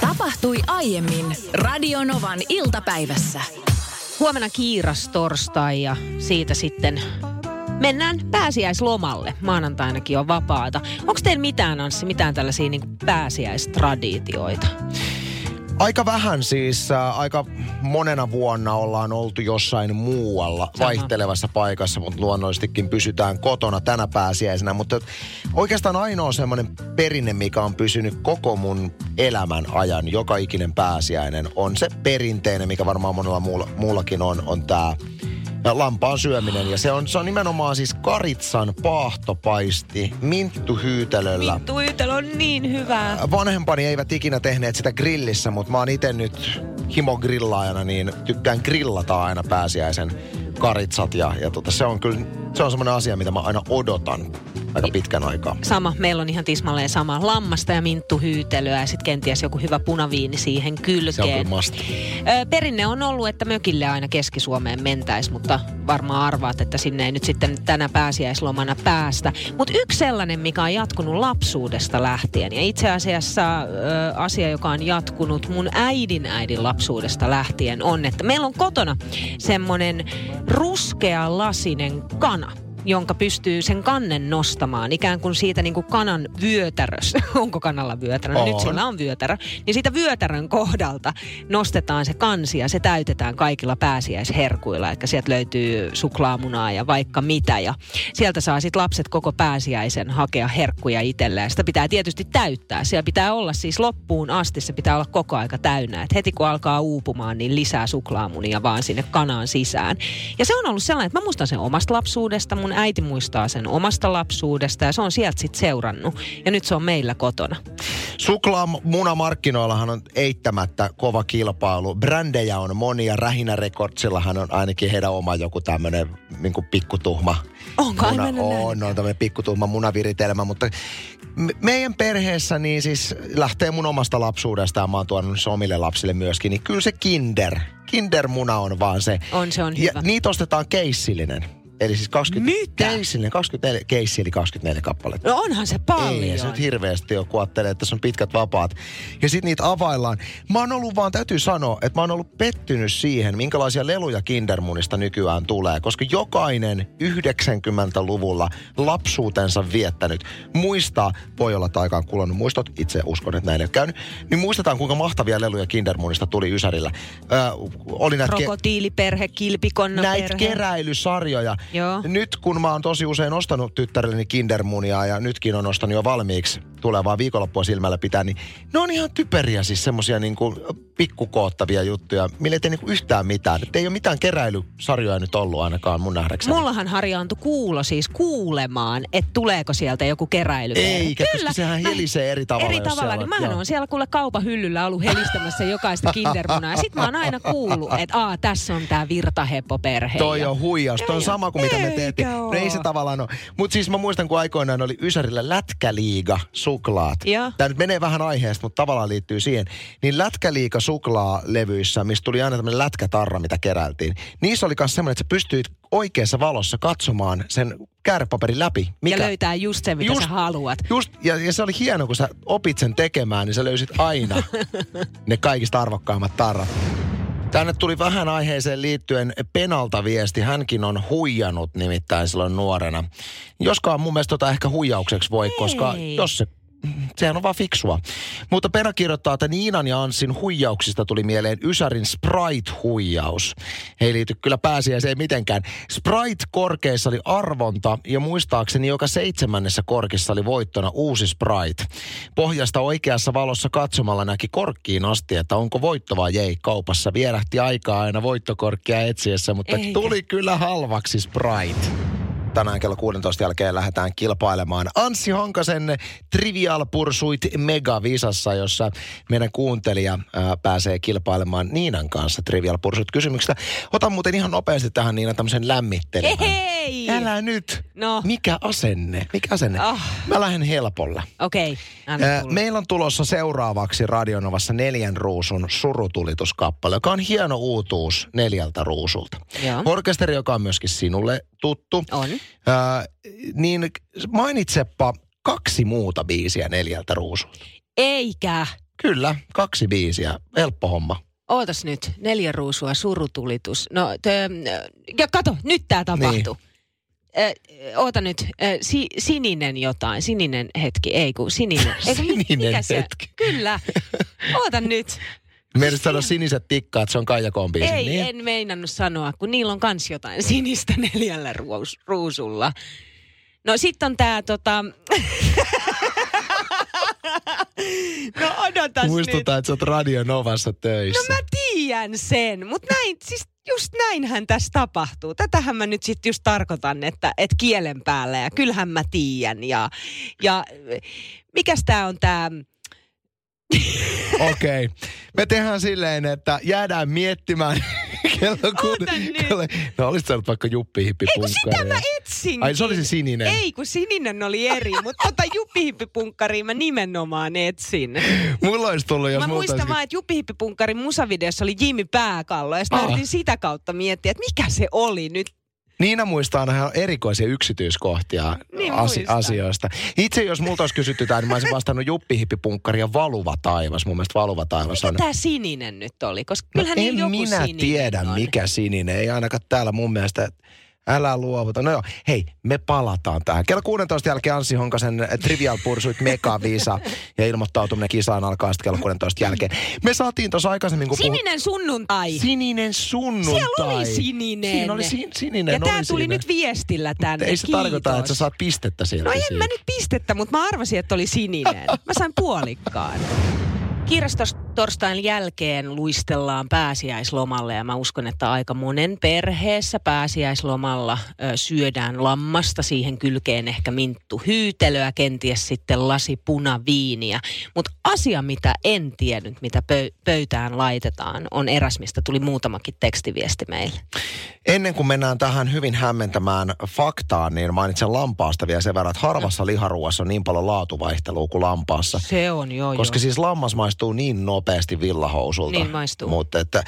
tapahtui aiemmin Radionovan iltapäivässä. Huomenna kiiras torstai ja siitä sitten mennään pääsiäislomalle. Maanantainakin on vapaata. Onko teillä mitään, Anssi, mitään tällaisia niin pääsiäistraditioita? Aika vähän siis, äh, aika monena vuonna ollaan oltu jossain muualla Sama. vaihtelevassa paikassa, mutta luonnollisestikin pysytään kotona tänä pääsiäisenä. Mutta oikeastaan ainoa semmoinen perinne, mikä on pysynyt koko mun elämän ajan, joka ikinen pääsiäinen, on se perinteinen, mikä varmaan monella muulla, muullakin on, on tämä lampaan syöminen. Ja se on, se on nimenomaan siis karitsan paahtopaisti minttuhyytelöllä. Vittu, yhtälö on niin hyvää. Vanhempani eivät ikinä tehneet sitä grillissä, mutta mä oon itse nyt himogrillaajana, niin tykkään grillata aina pääsiäisen karitsat. Ja, ja tota, se on kyllä se on semmoinen asia, mitä mä aina odotan aika pitkän aikaa. Sama, meillä on ihan tismalleen sama. Lammasta ja minttuhyytelöä ja sitten kenties joku hyvä punaviini siihen kylkeen. Se on kyllä must. Ö, Perinne on ollut, että mökille aina Keski-Suomeen mentäis, mutta varmaan arvaat, että sinne ei nyt sitten tänä pääsiäislomana päästä. Mutta yksi sellainen, mikä on jatkunut lapsuudesta lähtien, ja itse asiassa ö, asia, joka on jatkunut mun äidin äidin lapsuudesta lähtien, on, että meillä on kotona semmoinen ruskea lasinen kana jonka pystyy sen kannen nostamaan, ikään kuin siitä niin kuin kanan vyötärös. Onko kanalla vyötärö? No Nyt On. sillä on vyötärö. Niin siitä vyötärön kohdalta nostetaan se kansi ja se täytetään kaikilla pääsiäisherkuilla. Eli sieltä löytyy suklaamunaa ja vaikka mitä. Ja sieltä saa sitten lapset koko pääsiäisen hakea herkkuja itselleen. Sitä pitää tietysti täyttää. Siellä pitää olla siis loppuun asti, se pitää olla koko aika täynnä. Et heti kun alkaa uupumaan, niin lisää suklaamunia vaan sinne kanaan sisään. Ja se on ollut sellainen, että mä muistan sen omasta lapsuudesta, mun äiti muistaa sen omasta lapsuudesta ja se on sieltä sitten seurannut. Ja nyt se on meillä kotona. Suklaamunamarkkinoillahan on eittämättä kova kilpailu. Brändejä on monia. Rähinä Recordsillahan on ainakin heidän oma joku tämmöinen niin pikkutuhma. Onko muna, aivan on, on tämmöinen pikkutuhma munaviritelmä, mutta me- meidän perheessä niin siis lähtee mun omasta lapsuudesta ja mä oon tuonut se omille lapsille myöskin, niin kyllä se kinder, kindermuna on vaan se. On, se on ja hyvä. niitä ostetaan keissillinen. Eli siis 20, Mitä? Keissillinen, 24, keissi eli 24 kappaletta. No onhan se paljon. Ei se nyt hirveästi ole, kun ajattelee, että tässä on pitkät vapaat. Ja sitten niitä availlaan. Mä oon ollut vaan, täytyy sanoa, että mä oon ollut pettynyt siihen, minkälaisia leluja Kindermunista nykyään tulee. Koska jokainen 90-luvulla lapsuutensa viettänyt muistaa, voi olla, että aikaan kulunut muistot, itse uskon, että näin ei ole käynyt, niin muistetaan, kuinka mahtavia leluja Kindermunista tuli Ysärillä. Ö, oli näitä ke- Krokotiiliperhe, kilpikonna näitä keräilysarjoja. No, Joo. Nyt kun mä oon tosi usein ostanut tyttärelleni kindermunia ja nytkin on ostanut jo valmiiksi tulevaa viikonloppua silmällä pitää, niin ne on ihan typeriä siis semmosia niinku pikkukoottavia juttuja, millä ei tee niinku yhtään mitään. Et ei ole mitään keräilysarjoja nyt ollut ainakaan mun nähdäkseni. Mullahan harjaantui kuulo siis kuulemaan, että tuleeko sieltä joku keräily. Eikä, koska sehän helisee eri tavalla, Eri jos tavalla, siellä niin on- mähän joo. on siellä kuule kaupan hyllyllä ollut helistämässä jokaista kindermunaa. Sitten mä oon aina kuullut, että aa, tässä on tää virtaheppoperhe. Toi ja- on huijaus. Toi on sama kuin mitä me Eikä teettiin. No ei se oo. tavallaan ole. Mutta siis mä muistan, kun aikoinaan oli Ysärillä lätkäliiga suklaat. Joo. Tämä nyt menee vähän aiheesta, mutta tavallaan liittyy siihen. Niin lätkäliiga suklaalevyissä, missä tuli aina tämmöinen lätkätarra, mitä keräiltiin. Niissä oli myös semmoinen, että sä pystyit oikeassa valossa katsomaan sen käärepaperin läpi. Ja löytää just sen, mitä Just- sä haluat. Just, ja, ja se oli hieno, kun sä opit sen tekemään, niin sä löysit aina ne kaikista arvokkaimmat tarrat. Tänne tuli vähän aiheeseen liittyen Penalta viesti. Hänkin on huijannut nimittäin silloin nuorena. Joskaan mun mielestä tota ehkä huijaukseksi voi, koska Ei. jos se Mm, Sehän on vaan fiksua. Mutta Pena kirjoittaa, että Niinan ja Anssin huijauksista tuli mieleen Ysärin Sprite-huijaus. He ei liity kyllä pääsiäiseen mitenkään. Sprite korkeissa oli arvonta ja muistaakseni joka seitsemännessä korkissa oli voittona uusi Sprite. Pohjasta oikeassa valossa katsomalla näki korkkiin asti, että onko voitto vai ei. Kaupassa vierähti aikaa aina voittokorkkia etsiessä, mutta Eikä. tuli kyllä halvaksi Sprite tänään kello 16 jälkeen lähdetään kilpailemaan Anssi Honkasen Trivial Pursuit Megavisassa, jossa meidän kuuntelija ää, pääsee kilpailemaan Niinan kanssa Trivial Pursuit kysymyksistä. Otan muuten ihan nopeasti tähän Niina tämmöisen lämmittelevän. Hei! Älä nyt. No. Mikä asenne? Mikä asenne? Ah. Mä lähden helpolla. Okei, anna Ää, tulla. Meillä on tulossa seuraavaksi Radionovassa neljän ruusun surutulituskappale, joka on hieno uutuus neljältä ruusulta. Joo. Orkesteri, joka on myöskin sinulle tuttu. No. On. Ää, niin mainitsepa kaksi muuta biisiä neljältä ruusulta. Eikä. Kyllä, kaksi biisiä. Helppo homma. Ootas nyt, neljä ruusua, surutulitus. No, tö, ja kato, nyt tämä tapahtuu. Niin. Ö, oota nyt, ö, si, sininen jotain, sininen hetki, ei kun sininen. Ei, kun mi- Sininen mikä se- hetki. Kyllä, oota nyt. Meidän sanoa siniset tikkaat, se on Kaija Koon biisi. Ei, niin? en meinannut sanoa, kun niillä on kans jotain sinistä neljällä ruus, ruusulla. No sit on tää tota... no odotas nyt. No Muistutaan, että sä oot Radio Novassa töissä. Mä tiedän sen, mutta näin, siis just näinhän tässä tapahtuu. Tätähän mä nyt sitten just tarkoitan, että et kielen päällä ja kyllähän mä tiedän. Ja, ja mikäs tää on tää... Okei. Okay. Me tehdään silleen, että jäädään miettimään kello kun... Oota nyt. Kello... No olisit saanut vaikka juppihippi Ei kun No sitä mä etsin. Ai se oli se sininen. Ei kun sininen oli eri, mutta tota jupihippipunkkaria mä nimenomaan etsin. Mulla olisi tullut, jos Mä multa muistan olisi- vaan, että jupihippipunkkarin musavideossa oli Jimmy Pääkallo ja sitten Aa. mä yritin sitä kautta miettiä, että mikä se oli nyt. Niina muistaa aina erikoisia yksityiskohtia Niin asi- muistan. asioista. Itse jos multa olisi kysytty tämän, niin mä olisin vastannut juppihippipunkkari ja valuva taivas. Mun mielestä valuva taivas on... Mikä tämä sininen nyt oli? Koska No, kyllähän niillä en joku minä sininen tiedä, on. mikä sininen. Ei ainakaan täällä mun mielestä. Älä luovuta. No joo, hei, me palataan tähän. Kello 16 jälkeen Anssi Honkasen Trivial Pursuit Mega Visa ja ilmoittautuminen kisaan alkaa sitten kello 16 jälkeen. Me saatiin tuossa aikaisemmin, kun puhut- Sininen sunnuntai. Sininen sunnuntai. Siellä oli sininen. Siinä oli sin- sininen. ja oli tää tuli siinä. nyt viestillä tänne. Ei se Kiitos. tarkoita, että sä saat pistettä sieltä. No en siitä. mä nyt pistettä, mutta mä arvasin, että oli sininen. Mä sain puolikkaan. Kirjastotorstain jälkeen luistellaan pääsiäislomalle ja mä uskon, että aika monen perheessä pääsiäislomalla ö, syödään lammasta, siihen kylkeen ehkä minttu hyytelöä, kenties sitten lasi punaviiniä. Mutta asia, mitä en tiennyt, mitä pö- pöytään laitetaan, on eräs, mistä tuli muutamakin tekstiviesti meille. Ennen kuin mennään tähän hyvin hämmentämään faktaan, niin mainitsen lampaasta vielä sen verran, että No. harvassa liharuoassa on niin paljon laatuvaihtelua kuin lampaassa. Se on joo, Koska joo. siis lammas maistuu niin nopeasti villahousulta. Niin maistuu. Mutta että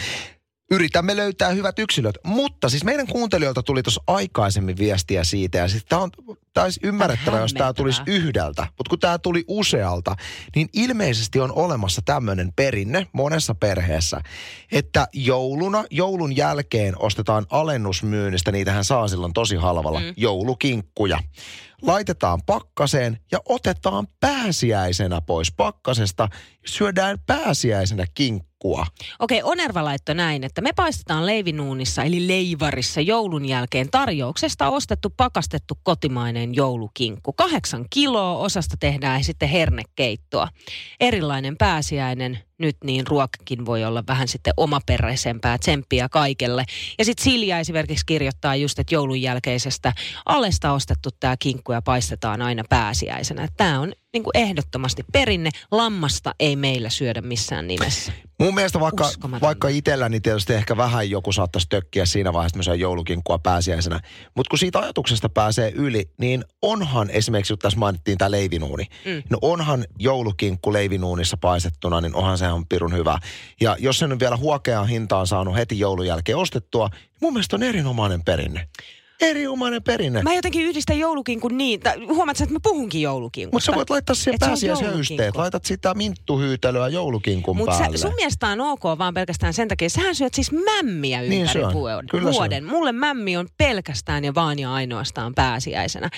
yritämme löytää hyvät yksilöt. Mutta siis meidän kuuntelijoilta tuli tuossa aikaisemmin viestiä siitä. Ja siis tämä on taisi ymmärrettävää, jos tämä tulisi hämmentävää. yhdeltä. Mutta kun tämä tuli usealta, niin ilmeisesti on olemassa tämmöinen perinne monessa perheessä, että jouluna, joulun jälkeen ostetaan alennusmyynnistä, niitähän saa silloin tosi halvalla, mm. joulukinkkuja. Laitetaan pakkaseen ja otetaan pääsiäisenä pois pakkasesta, syödään pääsiäisenä kinkkua. Okei, Onerva laittoi näin, että me paistetaan leivinuunissa eli leivarissa joulun jälkeen tarjouksesta ostettu pakastettu kotimainen joulukinkku. Kahdeksan kiloa osasta tehdään sitten hernekeittoa. Erilainen pääsiäinen nyt niin ruokakin voi olla vähän sitten omaperäisempää tsemppiä kaikelle. Ja sitten Silja esimerkiksi kirjoittaa just, että joulun jälkeisestä alesta ostettu tämä kinkku ja paistetaan aina pääsiäisenä. Tämä on niin kuin ehdottomasti perinne. Lammasta ei meillä syödä missään nimessä. Mun mielestä vaikka, Uskomatonta. vaikka itselläni tietysti ehkä vähän joku saattaisi tökkiä siinä vaiheessa, että mä syön joulukinkkua pääsiäisenä. Mutta kun siitä ajatuksesta pääsee yli, niin onhan esimerkiksi, kun tässä mainittiin tämä leivinuuni. Mm. No onhan joulukinkku leivinuunissa paistettuna, niin onhan se ihan pirun hyvä. Ja jos sen on vielä huokeaan hintaan saanut heti joulun jälkeen ostettua, niin mun mielestä on erinomainen perinne. Erinomainen perinne. Mä jotenkin yhdistän joulukinkun niin, tai huomaat sä, että mä puhunkin joulukinkusta. Mutta sä voit laittaa siihen Et se on pääsiäishöysteet. joulukinkku. Laitat sitä minttuhyytelyä joulukinkun Mut päälle. sä, sun mielestä on ok vaan pelkästään sen takia, sähän syöt siis mämmiä Niin ympäri syön. vuoden. Kyllä syön. vuoden. Mulle mämmi on pelkästään ja vaan ja ainoastaan pääsiäisenä.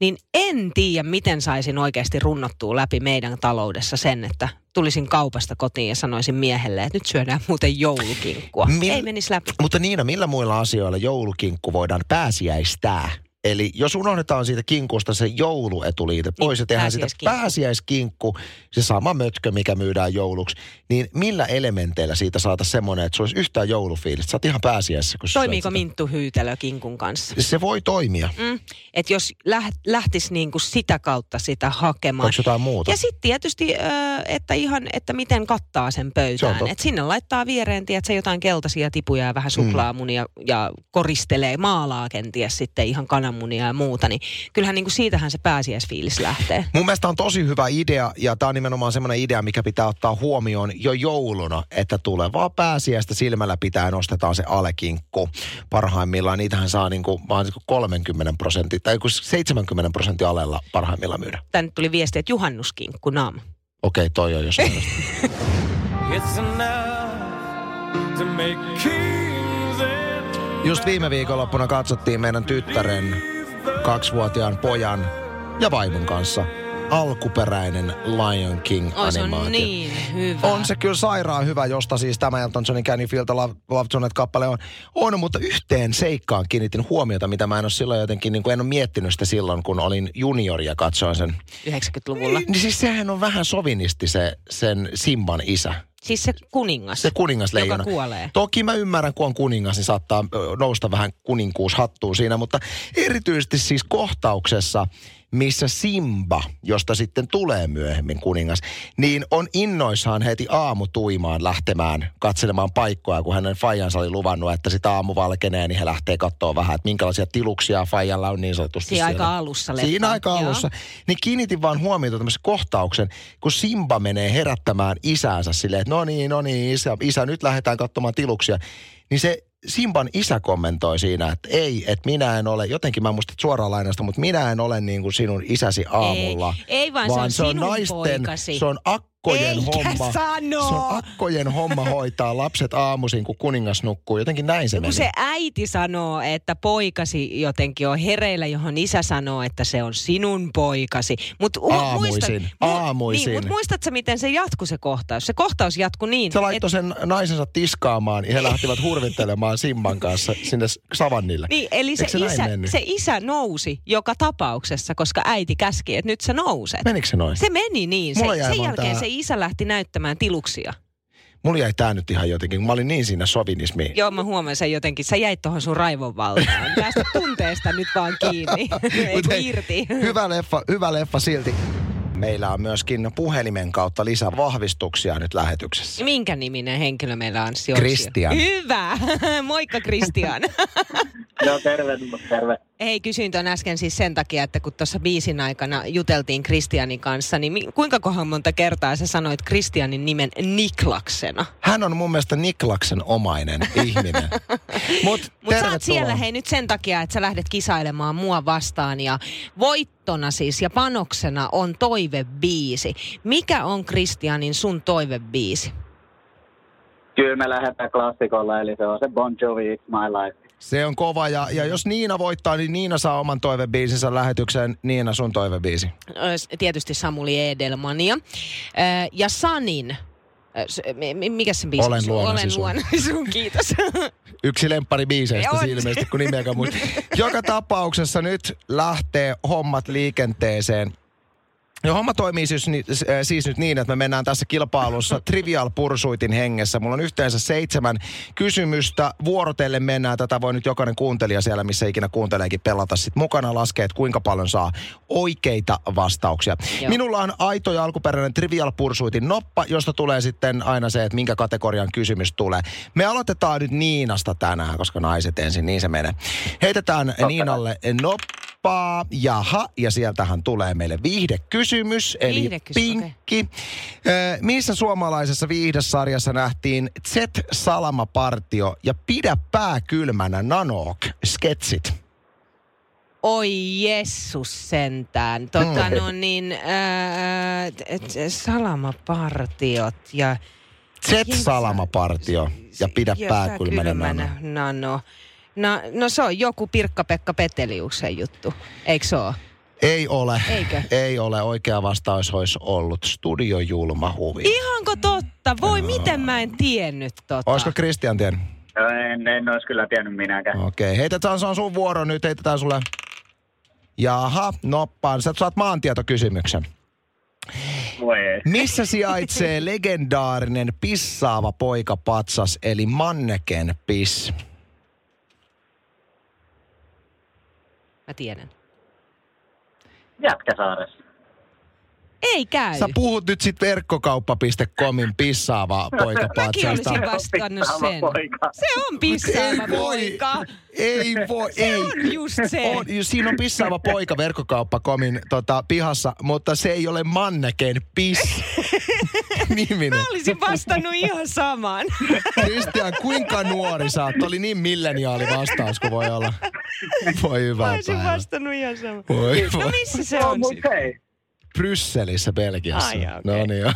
Niin en tiedä, miten saisin oikeasti runnottua läpi meidän taloudessa sen, että tulisin kaupasta kotiin ja sanoisin miehelle, että nyt syödään muuten joulukinkkua. Mil- Ei menisi läpi. Mutta Niina, millä muilla asioilla joulukinkku voidaan pääsiäistää? Eli jos unohdetaan siitä kinkusta se jouluetuliite pois ja tehdään siitä Niin, pääsiäiskinkku. pääsiäiskinkku, se sama mötkö, mikä myydään jouluksi, niin millä elementeillä siitä saataisiin semmoinen, että se olisi yhtään joulufiilistä? Sä oot ihan pääsiäisessä, kun sä Toimiiko syöt sitä. Minttu Hyytelö kinkun kanssa? Se voi toimia. Mm, että jos läht, lähtisi niinku sitä kautta sitä hakemaan. Onko jotain muuta? Ja sitten tietysti, ö, että ihan, että miten kattaa sen Se on pöytään. totta. Mm. Et sinne laittaa viereen, tiedätkö, jotain keltaisia tipuja ja vähän suklaamunia ja koristelee, maalaa kenties sitten ihan kananmunia ja muuta. Niin kyllähän niinku siitähän se pääsiäisfiilis lähtee. Mun mielestä on tosi hyvä idea ja tämä on nimenomaan semmoinen idea, mikä pitää ottaa huomioon jo jouluna, että tulevaa pääsiäistä silmällä pitää nostetaan se alekinkku. Parhaimmillaan niitähän saa niinku, vaan niinku 30 niinku prosentin tai joku 70 prosentin alella parhaimmillaan myydä. Tänne tuli viesti, että juhannuskinkku nam. Okei, okay, toi on jos It's enough to make kings and Just viime viikonloppuna katsottiin meidän tyttären, kaksivuotiaan pojan ja vaimon kanssa alkuperäinen Lion King Oi, se animaatio. on niin hyvä. On se kyllä sairaan hyvä, josta siis tämä Elton Johnin Can You Feel the Love, Love Tonight kappale on. On, mutta yhteen seikkaan kiinnitin huomiota, mitä mä en ole silloin jotenkin, niin kuin en ole miettinyt sitä silloin, kun olin junioria katsoin sen. 90-luvulla. Niin siis sehän on vähän sovinisti se, sen Simban isä. Siis se kuningas. Se kuningasleijona. Joka kuolee. Toki mä ymmärrän, kun on kuningas, niin saattaa ö, nousta vähän kuninkuushattuun siinä, mutta erityisesti siis kohtauksessa, missä Simba, josta sitten tulee myöhemmin kuningas, niin on innoissaan heti aamutuimaan lähtemään katselemaan paikkoja, kun hänen fajansa oli luvannut, että sitä aamu valkenee, niin he lähtee katsoa vähän, että minkälaisia tiluksia fajalla on niin sanotusti Siinä siellä. aika alussa Siinä leffan, aika joo. alussa. Niin kiinnitin vaan huomiota tämmöisen kohtauksen, kun Simba menee herättämään isäänsä silleen, että no niin, no niin, isä, isä nyt lähdetään katsomaan tiluksia. Niin se Simban isä kommentoi siinä, että ei, että minä en ole, jotenkin mä en muista suoraan lainasta, mutta minä en ole niin kuin sinun isäsi aamulla. Ei, ei vaan se on sinun poikasi. se on akkojen Eikä homma. sano! Se on akkojen homma hoitaa lapset aamuisin, kun kuningas nukkuu. Jotenkin näin se No Kun meni. se äiti sanoo, että poikasi jotenkin on hereillä, johon isä sanoo, että se on sinun poikasi. Mut u- Aamuisin, muistat- mu- aamuisin. Niin, mutta muistatko, miten se jatkuu se kohtaus? Se kohtaus jatkuu niin, Se laittoi sen naisensa tiskaamaan ja he lähtivät hurvittelemaan Simman kanssa sinne savannille. Niin, eli se, Eikö se näin isä, mennyt? se isä nousi joka tapauksessa, koska äiti käski, että nyt sä nouset. Menikö se noin? Se meni niin. Se, Mulla jäi sen vaan jälkeen tää- se isä lähti näyttämään tiluksia. Mulla jäi tää nyt ihan jotenkin, kun mä olin niin siinä sovinismiin. Joo, mä huomaan sen jotenkin. Sä jäit tuohon sun raivon valtaan. Tästä tunteesta nyt vaan kiinni. Ei Mut kun hei, irti. Hyvä leffa, hyvä leffa silti. Meillä on myöskin puhelimen kautta lisää vahvistuksia nyt lähetyksessä. Minkä niminen henkilö meillä on? Anssi Christian. Hyvä. Moikka Kristian. Joo, No, terve, terve. Hei, kysyin ton äsken siis sen takia, että kun tuossa biisin aikana juteltiin Kristianin kanssa, niin mi- kuinka kohan monta kertaa sä sanoit Kristianin nimen Niklaksena? Hän on mun mielestä Niklaksen omainen ihminen. Mut Mutta sä tervetuloa. oot siellä hei nyt sen takia, että sä lähdet kisailemaan mua vastaan ja voittona siis ja panoksena on toivebiisi. Mikä on Kristianin sun toivebiisi? Kyllä me lähdetään klassikolla, eli se on se Bon Jovi, It's My Life. Se on kova ja, ja jos Niina voittaa, niin Niina saa oman toivebiisinsä lähetykseen. Niina, sun toivebiisi. Ö, s- Tietysti Samuli Edelmania. Ö, Ja Sanin. Ö, s- mi- mi- Mikä sen biisi? on? Olen luonasi Olen sun. luonasi sun. Kiitos. Yksi lemppari biiseistä On se se. ilmeisesti, kun nimeäkään muista. Joka tapauksessa nyt lähtee hommat liikenteeseen. Ja homma toimii siis, ni- s- äh, siis nyt niin, että me mennään tässä kilpailussa Trivial Pursuitin hengessä. Mulla on yhteensä seitsemän kysymystä. Vuorotellen mennään. Tätä voi nyt jokainen kuuntelija siellä, missä ikinä kuunteleekin, pelata sitten mukana laskee, että kuinka paljon saa oikeita vastauksia. Joo. Minulla on aito ja alkuperäinen Trivial Pursuitin noppa, josta tulee sitten aina se, että minkä kategorian kysymys tulee. Me aloitetaan nyt Niinasta tänään, koska naiset ensin, niin se menee. Heitetään Niinalle noppaa. Jaha, ja sieltähän tulee meille viihdekysymys, eli Viihdekysymys, okei. pinkki. Ö, missä suomalaisessa viihdesarjassa nähtiin Z-salamapartio ja Pidä pää kylmänä Nanook-sketsit? Oi Jessus sentään. Tota, Mm. no niin, ää, t- t- salamapartiot ja... Z-salamapartio ja Pidä Ja pää tää kylmänä Nanook. nano. No, no se on joku Pirkka-Pekka Peteliuksen juttu, eikö se ole? Ei ole. Eikö? Ei ole. Oikea vastaus olisi ollut studiojulma huvi. Ihanko totta? Voi, miten mä en tiennyt tota. Olisiko Kristian tien? No, en, en olisi kyllä tiennyt minäkään. Okei, okay. heitetään, se on sun vuoro nyt, heitetään sulle. Jaha, noppaan. Sä saat maantietokysymyksen. Voi ei. Missä sijaitsee legendaarinen pissaava poikapatsas, eli manneken piss? Mä tiedän. Jätkäsaaressa. Ei käy. Sä puhut nyt sit verkkokauppa.comin pissaava Mäkin poikapatsaasta. olisin vastannut Sama sen. poika. Se on pissaava poika. Ei voi, Se ei. on just se. On, ju- siinä on pissaava poika verkkokauppakomin tota, pihassa, mutta se ei ole manneken piss niminen. Mä olisin vastannut ihan saman. Kristian, kuinka nuori sä oot? Oli niin milleniaali vastaus kuin voi olla. Voi hyvä Mä olisin päivä. vastannut ihan saman. Voi No voi. missä se No, on mut sitten? hei. Brysselissä Belgiassa. Ai, okei. No niin, joo.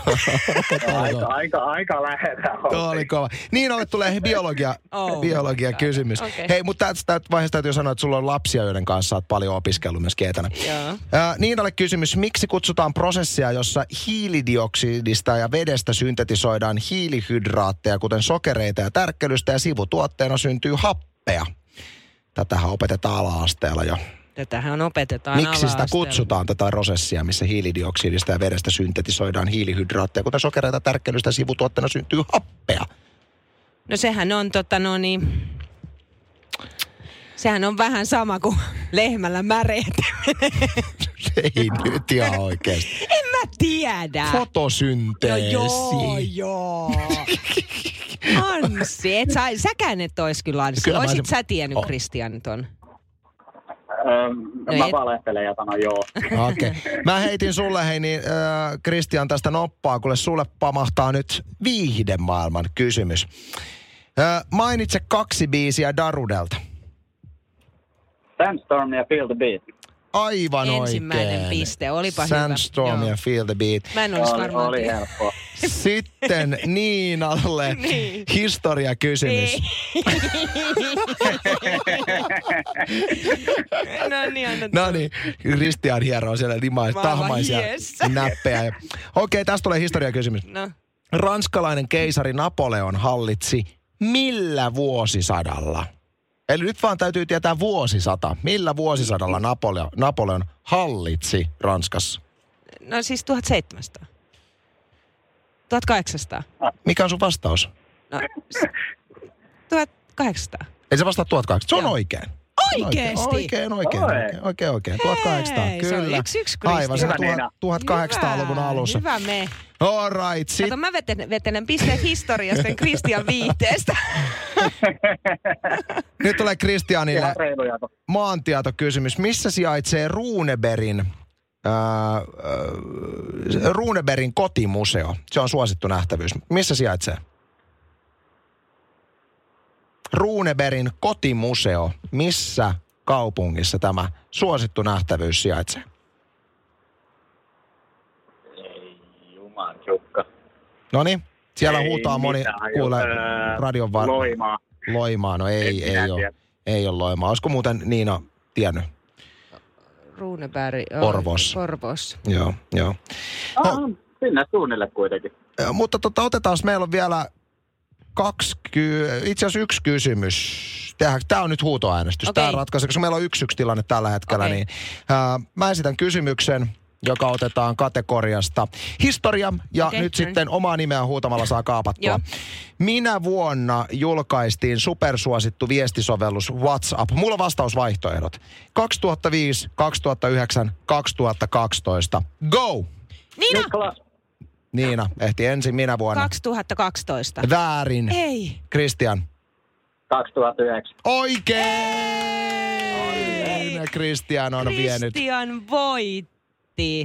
Tää oli No, Aika, kova. aika, aika lähellä. Tuo oli kova. Niinalle tulee biologia, Oh biologia kysymys. Okei. Hei, mutta tästä tästä vaiheesta täytyy sanoa, että sulla on lapsia, joiden kanssa olet paljon opiskellut myöskin etänä. Joo. Ää, Niinalle niin kysymys, miksi kutsutaan prosessia, jossa hiilidioksidista ja vedestä syntetisoidaan hiilihydraatteja, kuten sokereita ja tärkkelystä, ja sivutuotteena syntyy happea? Tätähän opetetaan ala-asteella jo. Tätähän opetetaan Miksi sitä ala-asteella. kutsutaan tätä prosessia, missä hiilidioksidista ja vedestä syntetisoidaan hiilihydraatteja, kuten sokereita, tärkkelystä, sivutuotteena syntyy happea? No sehän on tota no niin... Sehän on vähän sama kuin lehmällä märehtiminen. Ei nyt ihan oikeasti. En mä tiedä. No Fotosynteesi. joo, joo. Anssi, et sä, säkään et ois kyllä Anssi. Kyllä Kyllä mä Oisit olisin- sä tiennyt O- Kristian ton. Öm, No Mä et- valehtelen ja sanon joo. Okei. Okay. Mä heitin sulle, hei niin, äh, Kristian tästä noppaa, kuule sulle pamahtaa nyt viihdemaailman kysymys. Äh, mainitse kaksi biisiä Darudelta. Sandstorm ja Feel the Beat. Aivan Ensimmäinen oikein. piste, olipa hyvä. Sandstorm Joo. ja Feel the Beat. Mä en olis Oli, varmaan oli tiennyt. helppoa. Sitten Niinalle Niin. historiakysymys. Ei. no niin, anna No niin, Kristian hieroo siellä nimais, Mä aivan tahmaisia yes. näppejä. Okei, okay, tästä tulee historiakysymys. No, ranskalainen keisari Napoleon hallitsi millä vuosisadalla? Eli nyt vaan täytyy tietää vuosisata. Millä vuosisadalla Napoleon, Napoleon hallitsi Ranskassa? no siis 1700. 1800. Mikä on sun vastaus? No, s- 1800. Ei se vastaa 1800. Se on Joo. oikein. Oikeasti? Oikein, oikein, Oi. oikein, oikein, oikein. 1800, Hei, se oli kyllä. yksi yksi, Aivan, se Kristian. Hyvä, Niina. 1800-luvun Hyvä, alussa. Hyvä me. All right, sit Kato, mä vetelen, vetelen pisteet historiasta ja Kristian viihteestä. nyt tulee Kristianille Ihan reiluja. kun- maantietokysymys. Missä sijaitsee Runeberin, ää, ää, Runeberin kotimuseo? Se on suosittu nähtävyys. Missä sijaitsee? Runeberin kotimuseo. Missä kaupungissa tämä suosittu nähtävyys sijaitsee? Ei jumansukka. No niin, siellä Ei huutaa moni mitään, kuule jos, ää, radion var... Loimaa. Loimaa. No ei, En minä ei ole. tiedä. Ei ole Loimaa. Olisiko muuten Niina tiennyt? Runeberg. Porvoos. Porvos. Joo, joo. Oh. Ah, Sinne suunnille kuitenkin. Ö, mutta tota, otetaan, meillä on vielä kaksi, ky- itse asiassa yksi kysymys. Tämä on nyt huutoäänestys. Okay. Okei. Tämä ratkaisee, koska meillä on yksi yksi tilanne tällä hetkellä. Okay. Okei. Niin, ää, mä esitän kysymyksen, joka otetaan kategoriasta historia. Ja okay, Okei, nyt no niin. sitten omaa nimeä huutamalla saa kaapattua. Joo. Minä vuonna julkaistiin supersuosittu viestisovellus WhatsApp? Mulla on vastausvaihtoehdot. 2005, 2009, 2012. Go! Niina, Niklas, Niina, ehti ensin minä vuonna. 2012. Väärin. Ei. Kristian. 2009. Oikein! Kristian on vienyt. Kristian voitti.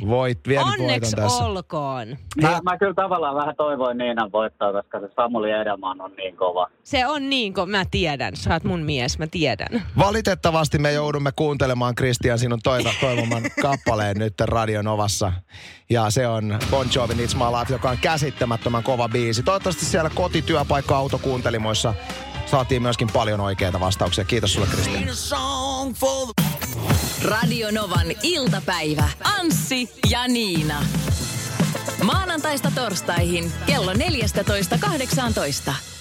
Voit, vienyt Onneksi voiton tässä. olkoon. Mä, Niin, mä kyllä tavallaan vähän toivoin Niinan voittaa, koska se Samuli Edelman on niin kova. Se on niin kuin mä tiedän. Sä oot mun mies, mä tiedän. Valitettavasti me joudumme kuuntelemaan Kristian sinun toivo, toivoman kappaleen nyt Radion Ovassa. Ja se on Bon Jovin It's My Life, joka on käsittämättömän kova biisi. Toivottavasti siellä kotityöpaikka autokuuntelimoissa saatiin myöskin paljon oikeita vastauksia. Kiitos sulle Kristian. Radio Novan iltapäivä. Anssi ja Niina. Maanantaista torstaihin kello 14.18.